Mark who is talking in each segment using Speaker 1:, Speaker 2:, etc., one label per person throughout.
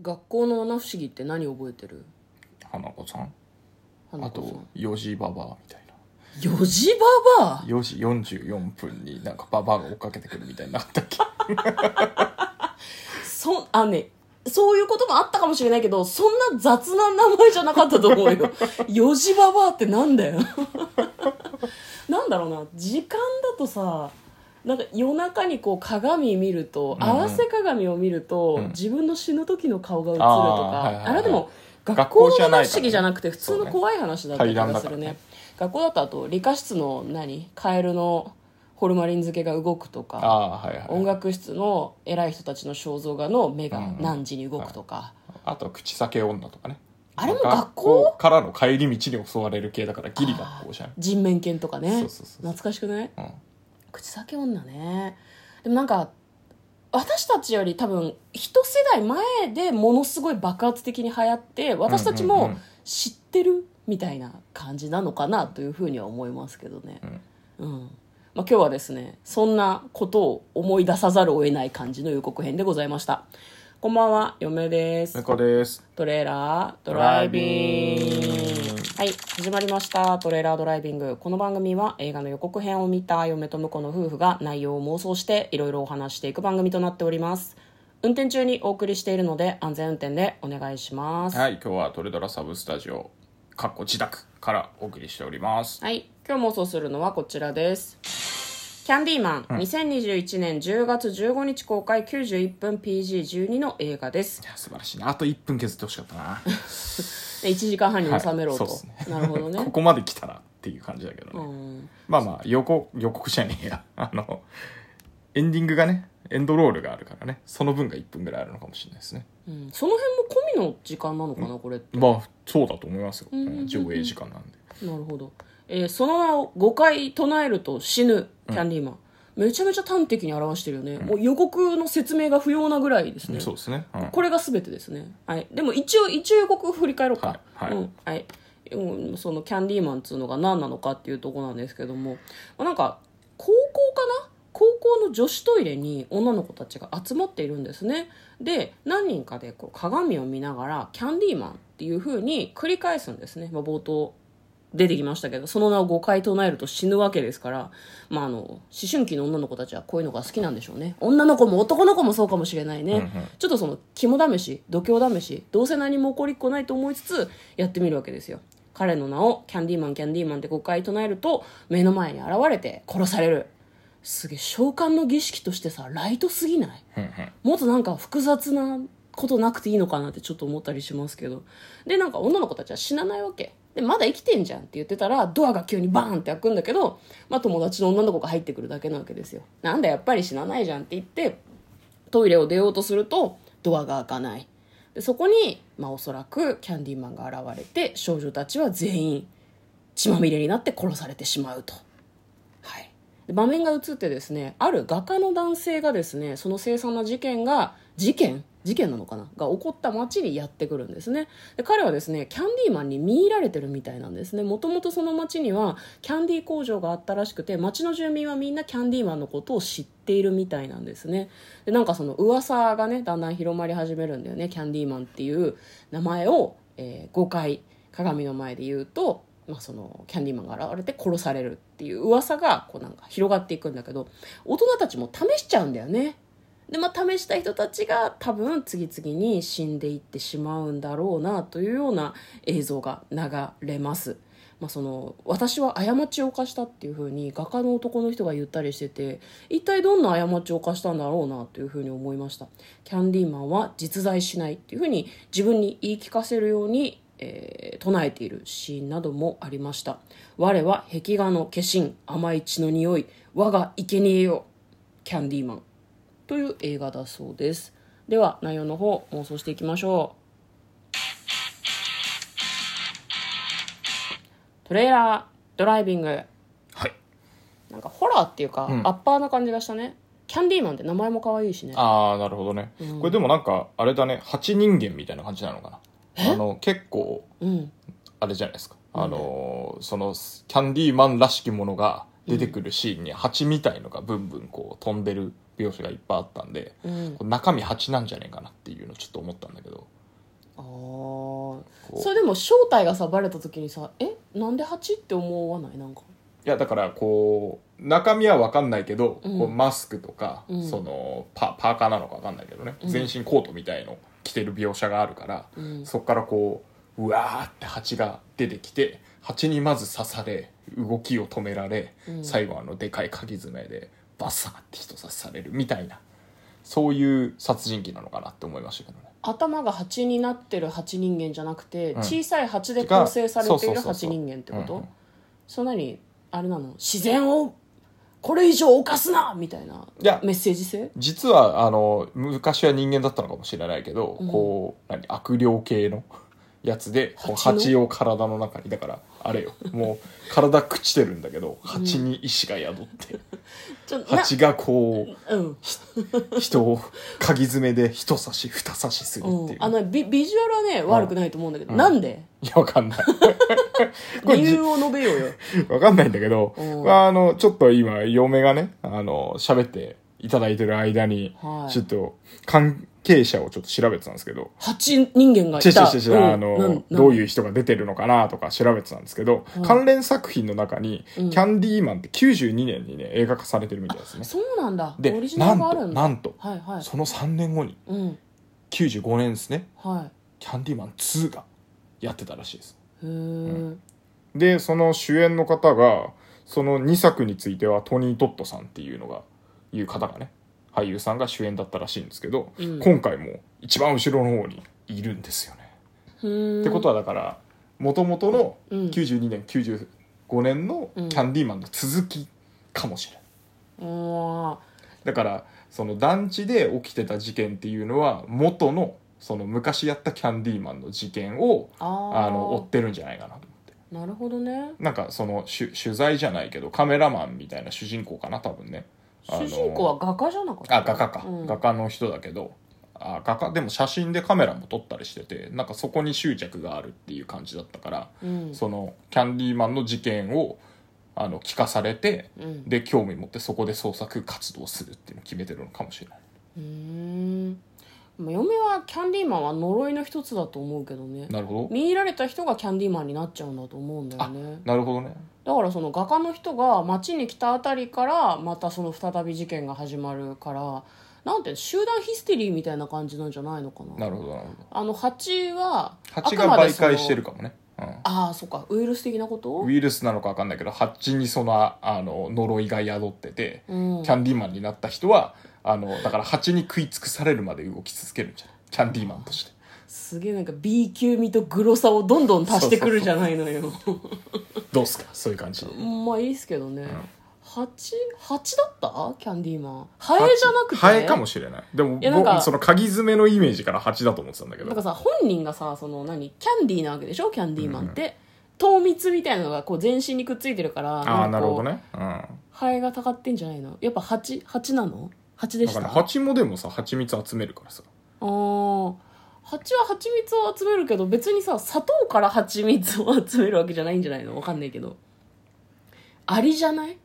Speaker 1: 学校の七不思議って何覚えてる
Speaker 2: 花子さん
Speaker 1: 花
Speaker 2: あ
Speaker 1: 子さ
Speaker 2: と
Speaker 1: ん
Speaker 2: 4時ババアみたいな
Speaker 1: 四時ばば
Speaker 2: 4時44分になんかババアが追っかけてくるみたいになかったっけ
Speaker 1: そあのねそういうこともあったかもしれないけどそんな雑な名前じゃなかったと思う よ四時ばばあってなんだよ なんだろうな時間だとさなんか夜中にこう鏡見ると、
Speaker 2: うんうん
Speaker 1: 合わせ鏡を見ると、
Speaker 2: うん
Speaker 1: 自分の死ぬ時の顔が映るとかあ,、
Speaker 2: あーはいはいはい
Speaker 1: れでも学
Speaker 2: 学
Speaker 1: 校
Speaker 2: 校
Speaker 1: の
Speaker 2: じゃないからね
Speaker 1: 七不思議じゃなくて普通の怖い話だった気がする
Speaker 2: そうね対談だから
Speaker 1: ね
Speaker 2: ね
Speaker 1: 学校だとあと理科室の何カエルのホルマリン漬けが動くとか
Speaker 2: ああはいはい
Speaker 1: 音楽室の偉い人たちの肖像画の目が何時に動くとか、
Speaker 2: あと口裂け女とかね
Speaker 1: あれも
Speaker 2: なんか
Speaker 1: 学校
Speaker 2: からの帰り道に襲われる系だからギリ学校じゃん
Speaker 1: 人面犬とかね
Speaker 2: そうそうそう
Speaker 1: 懐かしくない
Speaker 2: うん
Speaker 1: 口裂け女ねでもなんか私たちより多分一世代前でものすごい爆発的に流行って私たち
Speaker 2: うんうんう
Speaker 1: も
Speaker 2: ん
Speaker 1: 知ってるみたいな感じなのかなというふうには思いますけどね
Speaker 2: うん
Speaker 1: うん、まあ、今日はですねそんなことを思い出さざるを得ない感じの予告編でございましたこんばんは嫁です
Speaker 2: 猫です
Speaker 1: トレーラードラ
Speaker 2: ラ
Speaker 1: イ
Speaker 2: イ
Speaker 1: ビ
Speaker 2: ビ
Speaker 1: ン
Speaker 2: ン
Speaker 1: グ
Speaker 2: グ
Speaker 1: はい始まりましたトレーラードライビングこの番組は映画の予告編を見た嫁と婿の夫婦が内容を妄想していろいろお話していく番組となっております運転中にお送りしているので安全運転でお願いします
Speaker 2: はい今日はトレドラサブスタジオかっこ自宅からお送りしております
Speaker 1: はい、今日妄想するのはこちらです。キャンディーマン、2021年10月15日公開91分 PG12 の映画です。
Speaker 2: いや素晴らしいなあと1分削ってほしかったな
Speaker 1: で1時間半に収めろと。
Speaker 2: はいそうですね
Speaker 1: なるほどね
Speaker 2: こ。こまで来たらっていう感じだけどね、
Speaker 1: うん
Speaker 2: まあまあ予告予告じゃねえや あのエンディングがねエンドロールがあるからねその分が1分ぐらいあるのかもしれないですね
Speaker 1: うんその辺も込みの時間なのかな、これって。
Speaker 2: まあそうだと思いますよ、うん上映時間なんで
Speaker 1: なるほど。えーその名を5回唱えると死ぬ、キャンディーマン。めちゃめちゃ端的に表してるよね。もう予告の説明が不要なぐらいですね。
Speaker 2: そうですね、うん
Speaker 1: これが全てですね、はい、でも一応一応予告振り返ろうか
Speaker 2: はいはい
Speaker 1: うんはいうんそのキャンディーマンっつうのが何なのかっていうとこなんですけどもまあなんか高校かな高校の女子トイレに女の子たちが集まっているんですねで何人かでこう鏡を見ながらキャンディーマンっていう風に繰り返すんですね、まあ、冒頭出てきましたけどその名を5回唱えると死ぬわけですから、まあ、あの思春期の女の子たちはこういうのが好きなんでしょうね女の子も男の子もそうかもしれないね、
Speaker 2: うんうん
Speaker 1: ちょっとその肝試し度胸試しどうせ何も起こりっこないと思いつつやってみるわけですよ彼の名をキャンディーマンキャンディーマンって5回唱えると目の前に現れて殺されるすげえ召喚の儀式としてさライトすぎない
Speaker 2: うんうん
Speaker 1: もっとなんか複雑なことなくていいのかなってちょっと思ったりしますけどでなんか女の子たちは死なないわけでまだ生きてんじゃんって言ってたらドアが急にバーンって開くんだけど、まあ、友達の女の子が入ってくるだけなわけですよなんだやっぱり死なないじゃんって言ってトイレを出ようとするとドアが開かないでそこに、まあ、おそらくキャンディーマンが現れて少女たちは全員血まみれになって殺されてしまうと。はい、で場面が映ってですねある画家の男性がですねその凄惨な事件が事件事件なのかなが起こった町にやってくるんですねで彼はですねキャンディーマンに見入られてるみたいなんですねもともとその町にはキャンディー工場があったらしくて町の住民はみんなキャンディーマンのことを知っているみたいなんですねでなんかその噂がねだんだん広まり始めるんだよねキャンディーマンっていう名前を、え5回鏡の前で言うと、まあ、そのキャンディーマンが現れて殺されるっていう噂がこうなんか広がっていくんだけど大人たちも試しちゃうんだよね。でまあ、試した人たちが多分次々に死んでいってしまうんだろうなというような映像が流れます、まあ、その私は過ちを犯したっていうふうに画家の男の人が言ったりしてて一体どんな過ちを犯したんだろうなというふうに思いましたキャンディーマンは実在しないっていうふうに自分に言い聞かせるように、えー唱えているシーンなどもありました我は壁画の化身甘い血の匂い我が生贄よキャンディーマンという映画だそうですでは内容の方妄想していきましょうトレーラードライビング
Speaker 2: はい
Speaker 1: なんかホラーっていうか、
Speaker 2: ん
Speaker 1: アッパーな感じがしたねキャンディーマンって名前も可愛いしね
Speaker 2: ああなるほどね、
Speaker 1: うん
Speaker 2: これでもなんかあれだね蜂人間みたいな感じなのかなあの結構
Speaker 1: うん
Speaker 2: あれじゃないですか、あのーそのキャンディーマンらしきものが出てくるシーンに蜂みたいのがブンブンこう飛んでる描写がいっぱいあったんで、
Speaker 1: うん
Speaker 2: これ中身蜂なんじゃねえかなっていうのをちょっと思ったんだけど
Speaker 1: それでも正体がさバレた時にさ「えなんで蜂?」って思わないなんか
Speaker 2: いやだからこう中身は分かんないけど、
Speaker 1: うん
Speaker 2: こうマスクとか、
Speaker 1: うん
Speaker 2: そのパパーカーなのか分かんないけどね、
Speaker 1: うん
Speaker 2: 全身コートみたいの着てる描写があるから、
Speaker 1: うん
Speaker 2: そっからこううわーって蜂が出てきて蜂にまず刺され動きを止められ、
Speaker 1: うん
Speaker 2: 最後あのでかい鍵爪でバサーって人刺されるみたいなそういう殺人鬼なのかなって思いましたけどね。
Speaker 1: 頭が蜂になってる蜂人間じゃなくて、
Speaker 2: うん
Speaker 1: 小さい蜂で構成されてい
Speaker 2: が
Speaker 1: る
Speaker 2: そうそうそうそ
Speaker 1: 蜂
Speaker 2: う
Speaker 1: 人間ってこと、
Speaker 2: うんうん
Speaker 1: そんなにあれなの自然をこれ以上犯すなみたいない
Speaker 2: や
Speaker 1: メッセージ性
Speaker 2: 実はあの昔は人間だったのかもしれないけど、
Speaker 1: うん
Speaker 2: こう何悪霊系のやつでこう
Speaker 1: 蜂の
Speaker 2: 蜂を体の中にだからあれよもう体朽ちてるんだけど蜂に意志が宿って、
Speaker 1: ちょな
Speaker 2: 蜂がこ
Speaker 1: うん、
Speaker 2: う人を鍵爪で一刺し二刺しするって
Speaker 1: うん
Speaker 2: いう、、
Speaker 1: あのビビジュアルはね悪くないと思うんだけど、
Speaker 2: うん
Speaker 1: なんで
Speaker 2: いやわかんないこれ
Speaker 1: 理由を述べようよ
Speaker 2: わかんないんだけど、
Speaker 1: うん
Speaker 2: まあ、あのちょっと今嫁がねあの喋っていただいてる間に、
Speaker 1: はい
Speaker 2: ちょっと関係者をちょっと調べてたんですけど
Speaker 1: 蜂人間がい
Speaker 2: 違う
Speaker 1: た
Speaker 2: 違う違う、
Speaker 1: うん
Speaker 2: あ
Speaker 1: な
Speaker 2: の
Speaker 1: ん、
Speaker 2: どう
Speaker 1: う
Speaker 2: いう人が出てるのかなとか調べてたんですけど、
Speaker 1: うん
Speaker 2: 関連作品の中に、
Speaker 1: うん
Speaker 2: キャンディーマンって92年にね、映画化されてるみたいですね。
Speaker 1: そうなんだオ
Speaker 2: で
Speaker 1: リ、ジナ
Speaker 2: な
Speaker 1: ル
Speaker 2: ん
Speaker 1: がある
Speaker 2: と、
Speaker 1: んだ
Speaker 2: なんと、
Speaker 1: はいはい
Speaker 2: その3年後に、
Speaker 1: うん
Speaker 2: 95年ですね、
Speaker 1: は
Speaker 2: キャンディーマン2がやってたらしいです。
Speaker 1: いへえ、
Speaker 2: で、その主演の方が、その2作についてはトニー・トットさんっていうのが、いう方がね、俳優さんが主演だったらしいんですけど、
Speaker 1: うん
Speaker 2: 今回も一番後ろの方にいるんですよね。ってこと
Speaker 1: は
Speaker 2: はだからもともとの
Speaker 1: うん
Speaker 2: 92年95年のキ
Speaker 1: うん
Speaker 2: ャンディーマンの続きかもしれない
Speaker 1: あ
Speaker 2: だからその団地で起きてた事件っていうのは元のその昔やったキャンディーマンの事件を
Speaker 1: あー
Speaker 2: あの追ってるんじゃないかなと思って
Speaker 1: なるほどね
Speaker 2: なんかその取取材じゃないけどカメラマンみたいな主人公かな多分ねあの
Speaker 1: 主人公は画家じゃなかった
Speaker 2: あ画家か、
Speaker 1: うん
Speaker 2: 画家の人だけどあ画家でも写真でカメラも撮ったりしててなんかそこに執着があるっていう感じだったから
Speaker 1: うん
Speaker 2: そのキャンディーマンの事件をあの聞かされて
Speaker 1: うん
Speaker 2: で興味持ってそこで創作活動するっていうのを決めてるのかもしれないう
Speaker 1: ーんまあ嫁はキャンディーマンは呪いの一つだと思うけどね
Speaker 2: なるほど
Speaker 1: 見入られた人がキャンディーマンになっちゃうんだと思うんだよね
Speaker 2: なるほどね
Speaker 1: だからその画家の人が街に来たあたりからまたその再び事件が始まるからなんていうの集団ヒステリーみたいな感じなんじゃないのかな
Speaker 2: なるほどなるほど
Speaker 1: あの蜂は
Speaker 2: 蜂
Speaker 1: あ
Speaker 2: が
Speaker 1: くまで
Speaker 2: 媒
Speaker 1: その
Speaker 2: 介してるかもね、う
Speaker 1: ああそっかウイルス的なこと
Speaker 2: ん、ウイルスなのか分かんないけど蜂にそのああの呪いが宿ってて、
Speaker 1: うん
Speaker 2: キャンディーマンになった人はあのだから蜂に食い尽くされるまで動き続けるんじゃないキャンディーマンとして
Speaker 1: すげえなんか B 級味とグロさをどんどん足してくるじゃないのよ
Speaker 2: どうっすかそういう感じ
Speaker 1: まあいいっすけどね、
Speaker 2: ん
Speaker 1: 蜂蜂だったキャンディーマンハエじゃなくて
Speaker 2: ハエかもしれないでも
Speaker 1: いやなんか
Speaker 2: 僕その鍵爪のイメージから蜂だと思ってたんだけど
Speaker 1: なんかさ本人がさその何キャンディーなわけでしょキャンディーマンって、糖蜜みたいなのがこう全身にくっついてるから
Speaker 2: ああー
Speaker 1: んか
Speaker 2: なる
Speaker 1: こう
Speaker 2: ほどねうん
Speaker 1: ハエがたかってんじゃないのやっぱ蜂蜂なの蜂で
Speaker 2: だ
Speaker 1: し
Speaker 2: か
Speaker 1: た
Speaker 2: ら
Speaker 1: あ
Speaker 2: 蜂もでもさ蜂蜜集めるからさ
Speaker 1: ー蜂は蜂蜜を集めるけど別にさ砂糖から蜂蜜を集めるわけじゃないんじゃないのわかんないけどアリじゃない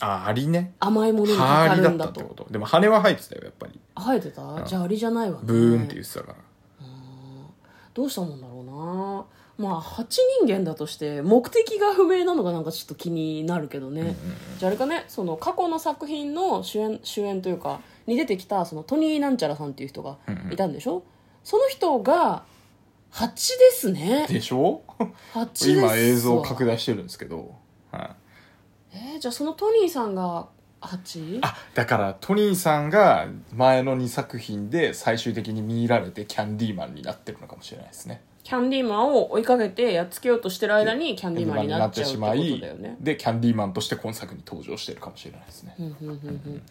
Speaker 2: あアリね
Speaker 1: 甘いものに
Speaker 2: ハ
Speaker 1: かか
Speaker 2: ーリ
Speaker 1: る
Speaker 2: だ
Speaker 1: ん
Speaker 2: っ
Speaker 1: だ
Speaker 2: たって
Speaker 1: と
Speaker 2: ことでも羽は生えてたよやっぱり
Speaker 1: 生えてた、
Speaker 2: ん
Speaker 1: じゃあアリじゃないわね
Speaker 2: ブーンって言ってたから、
Speaker 1: どうしたもんだろうなまあ蜂人間だとして目的が不明なのがなんかちょっと気になるけどね、じゃああれかねその過去の作品の主演主演というかに出てきたそのトニー・なんちゃらさんっていう人が
Speaker 2: うんうん
Speaker 1: いたんでしょ、その人が蜂ですね
Speaker 2: でしょ
Speaker 1: 蜂ですわ
Speaker 2: 今映像を拡大してるんですけど、はい、
Speaker 1: えーじゃあそのトニーさんが蜂
Speaker 2: あだからトニーさんが前の2作品で最終的に見入られてキャンディーマンになってるのかもしれないですね
Speaker 1: キャンディーマンを追いかけてやっつけようとしてる間にキャンディーマンになっちゃうってことだよね
Speaker 2: でキャンディーマンとして今作に登場してるかもしれないですね、
Speaker 1: うんうんうんうん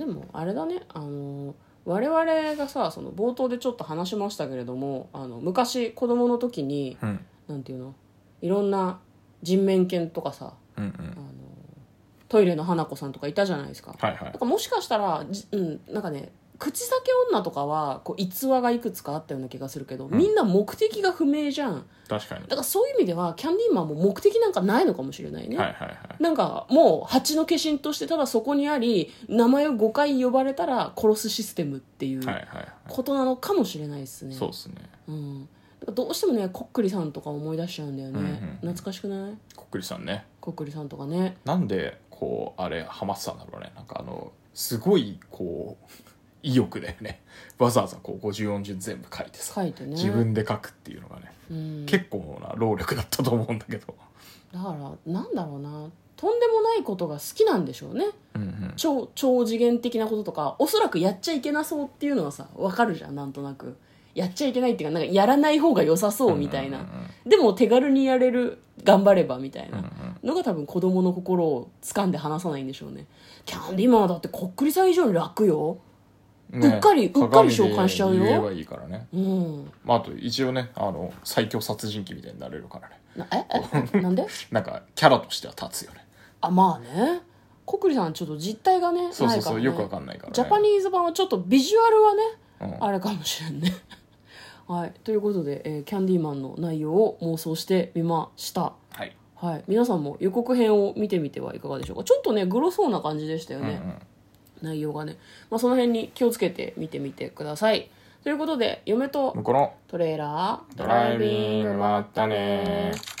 Speaker 1: でもあれだねあの我々がさその冒頭でちょっと話しましたけれどもあの昔子供の時に
Speaker 2: うん、うん
Speaker 1: なんていうのいろんな人面犬とかさ
Speaker 2: うん
Speaker 1: あのトイレの花子さんとかいたじゃないですか
Speaker 2: はいはい
Speaker 1: なんかもしかしたらじうんなんかね口裂け女とかはこう逸話がいくつかあったような気がするけど、みんな目的が不明じゃん
Speaker 2: 確かに
Speaker 1: だからそういう意味ではキャンディーマンも目的なんかないのかもしれないね、
Speaker 2: はいはいはい
Speaker 1: なんかもう蜂の化身としてただそこにあり名前を5回呼ばれたら殺すシステムっていう
Speaker 2: はいはいは
Speaker 1: ことなのかもしれないですね、
Speaker 2: いそうですね
Speaker 1: うん、なんかどうしてもねこっくりさんとか思い出しちゃうんだよね、
Speaker 2: うんうんうん
Speaker 1: 懐かしくない
Speaker 2: こっくりさんね
Speaker 1: こっくりさんとかね
Speaker 2: なんでこうあれハマってたんだろうねなんかあのすごいこう意欲だよね わざわざこう50音順全部書いてさ、
Speaker 1: 書いてね
Speaker 2: 自分で書くっていうのがね、
Speaker 1: うん、
Speaker 2: 結構な労力だったと思うんだけど、
Speaker 1: だからなんだろうなとんでもないことが好きなんでしょうね
Speaker 2: うんうん、
Speaker 1: 超超次元的なこととかおそらくやっちゃいけなそうっていうのはさわかるじゃんなんとなくやっちゃいけないっていうかなんかやらない方が良さそうみたいな、
Speaker 2: うん
Speaker 1: でも手軽にやれる頑張ればみたい
Speaker 2: うんうん
Speaker 1: なのが多分子供の心を掴んで離さないんでしょうねキャンディマンはだってこっくりさん以上に楽よ
Speaker 2: うんね
Speaker 1: うっかりうっかり召喚しちゃうよ
Speaker 2: 鏡で言えばいいからね、
Speaker 1: うん
Speaker 2: まあ、あと一応ねあの最強殺人鬼みたいになれるからね
Speaker 1: なえ えなんで
Speaker 2: なんかキャラとしては立つよね
Speaker 1: あまあねこっくりさんちょっと実態がね
Speaker 2: そうそうそう、
Speaker 1: ないからね
Speaker 2: よくわかんないから、ね、
Speaker 1: ジャパニーズ版はちょっとビジュアルはね、
Speaker 2: うん
Speaker 1: あれかもしれんね はいということで、えーキャンディーマンの内容を妄想してみました
Speaker 2: はい、
Speaker 1: はい皆さんも予告編を見てみてはいかがでしょうかちょっとねグロそうな感じでしたよ
Speaker 2: うんう
Speaker 1: ね、
Speaker 2: ん、
Speaker 1: 内容がね、まあ、その辺に気をつけて見てみてくださいということで嫁と
Speaker 2: 向こうの
Speaker 1: トレーラード
Speaker 2: ドライビングまったねー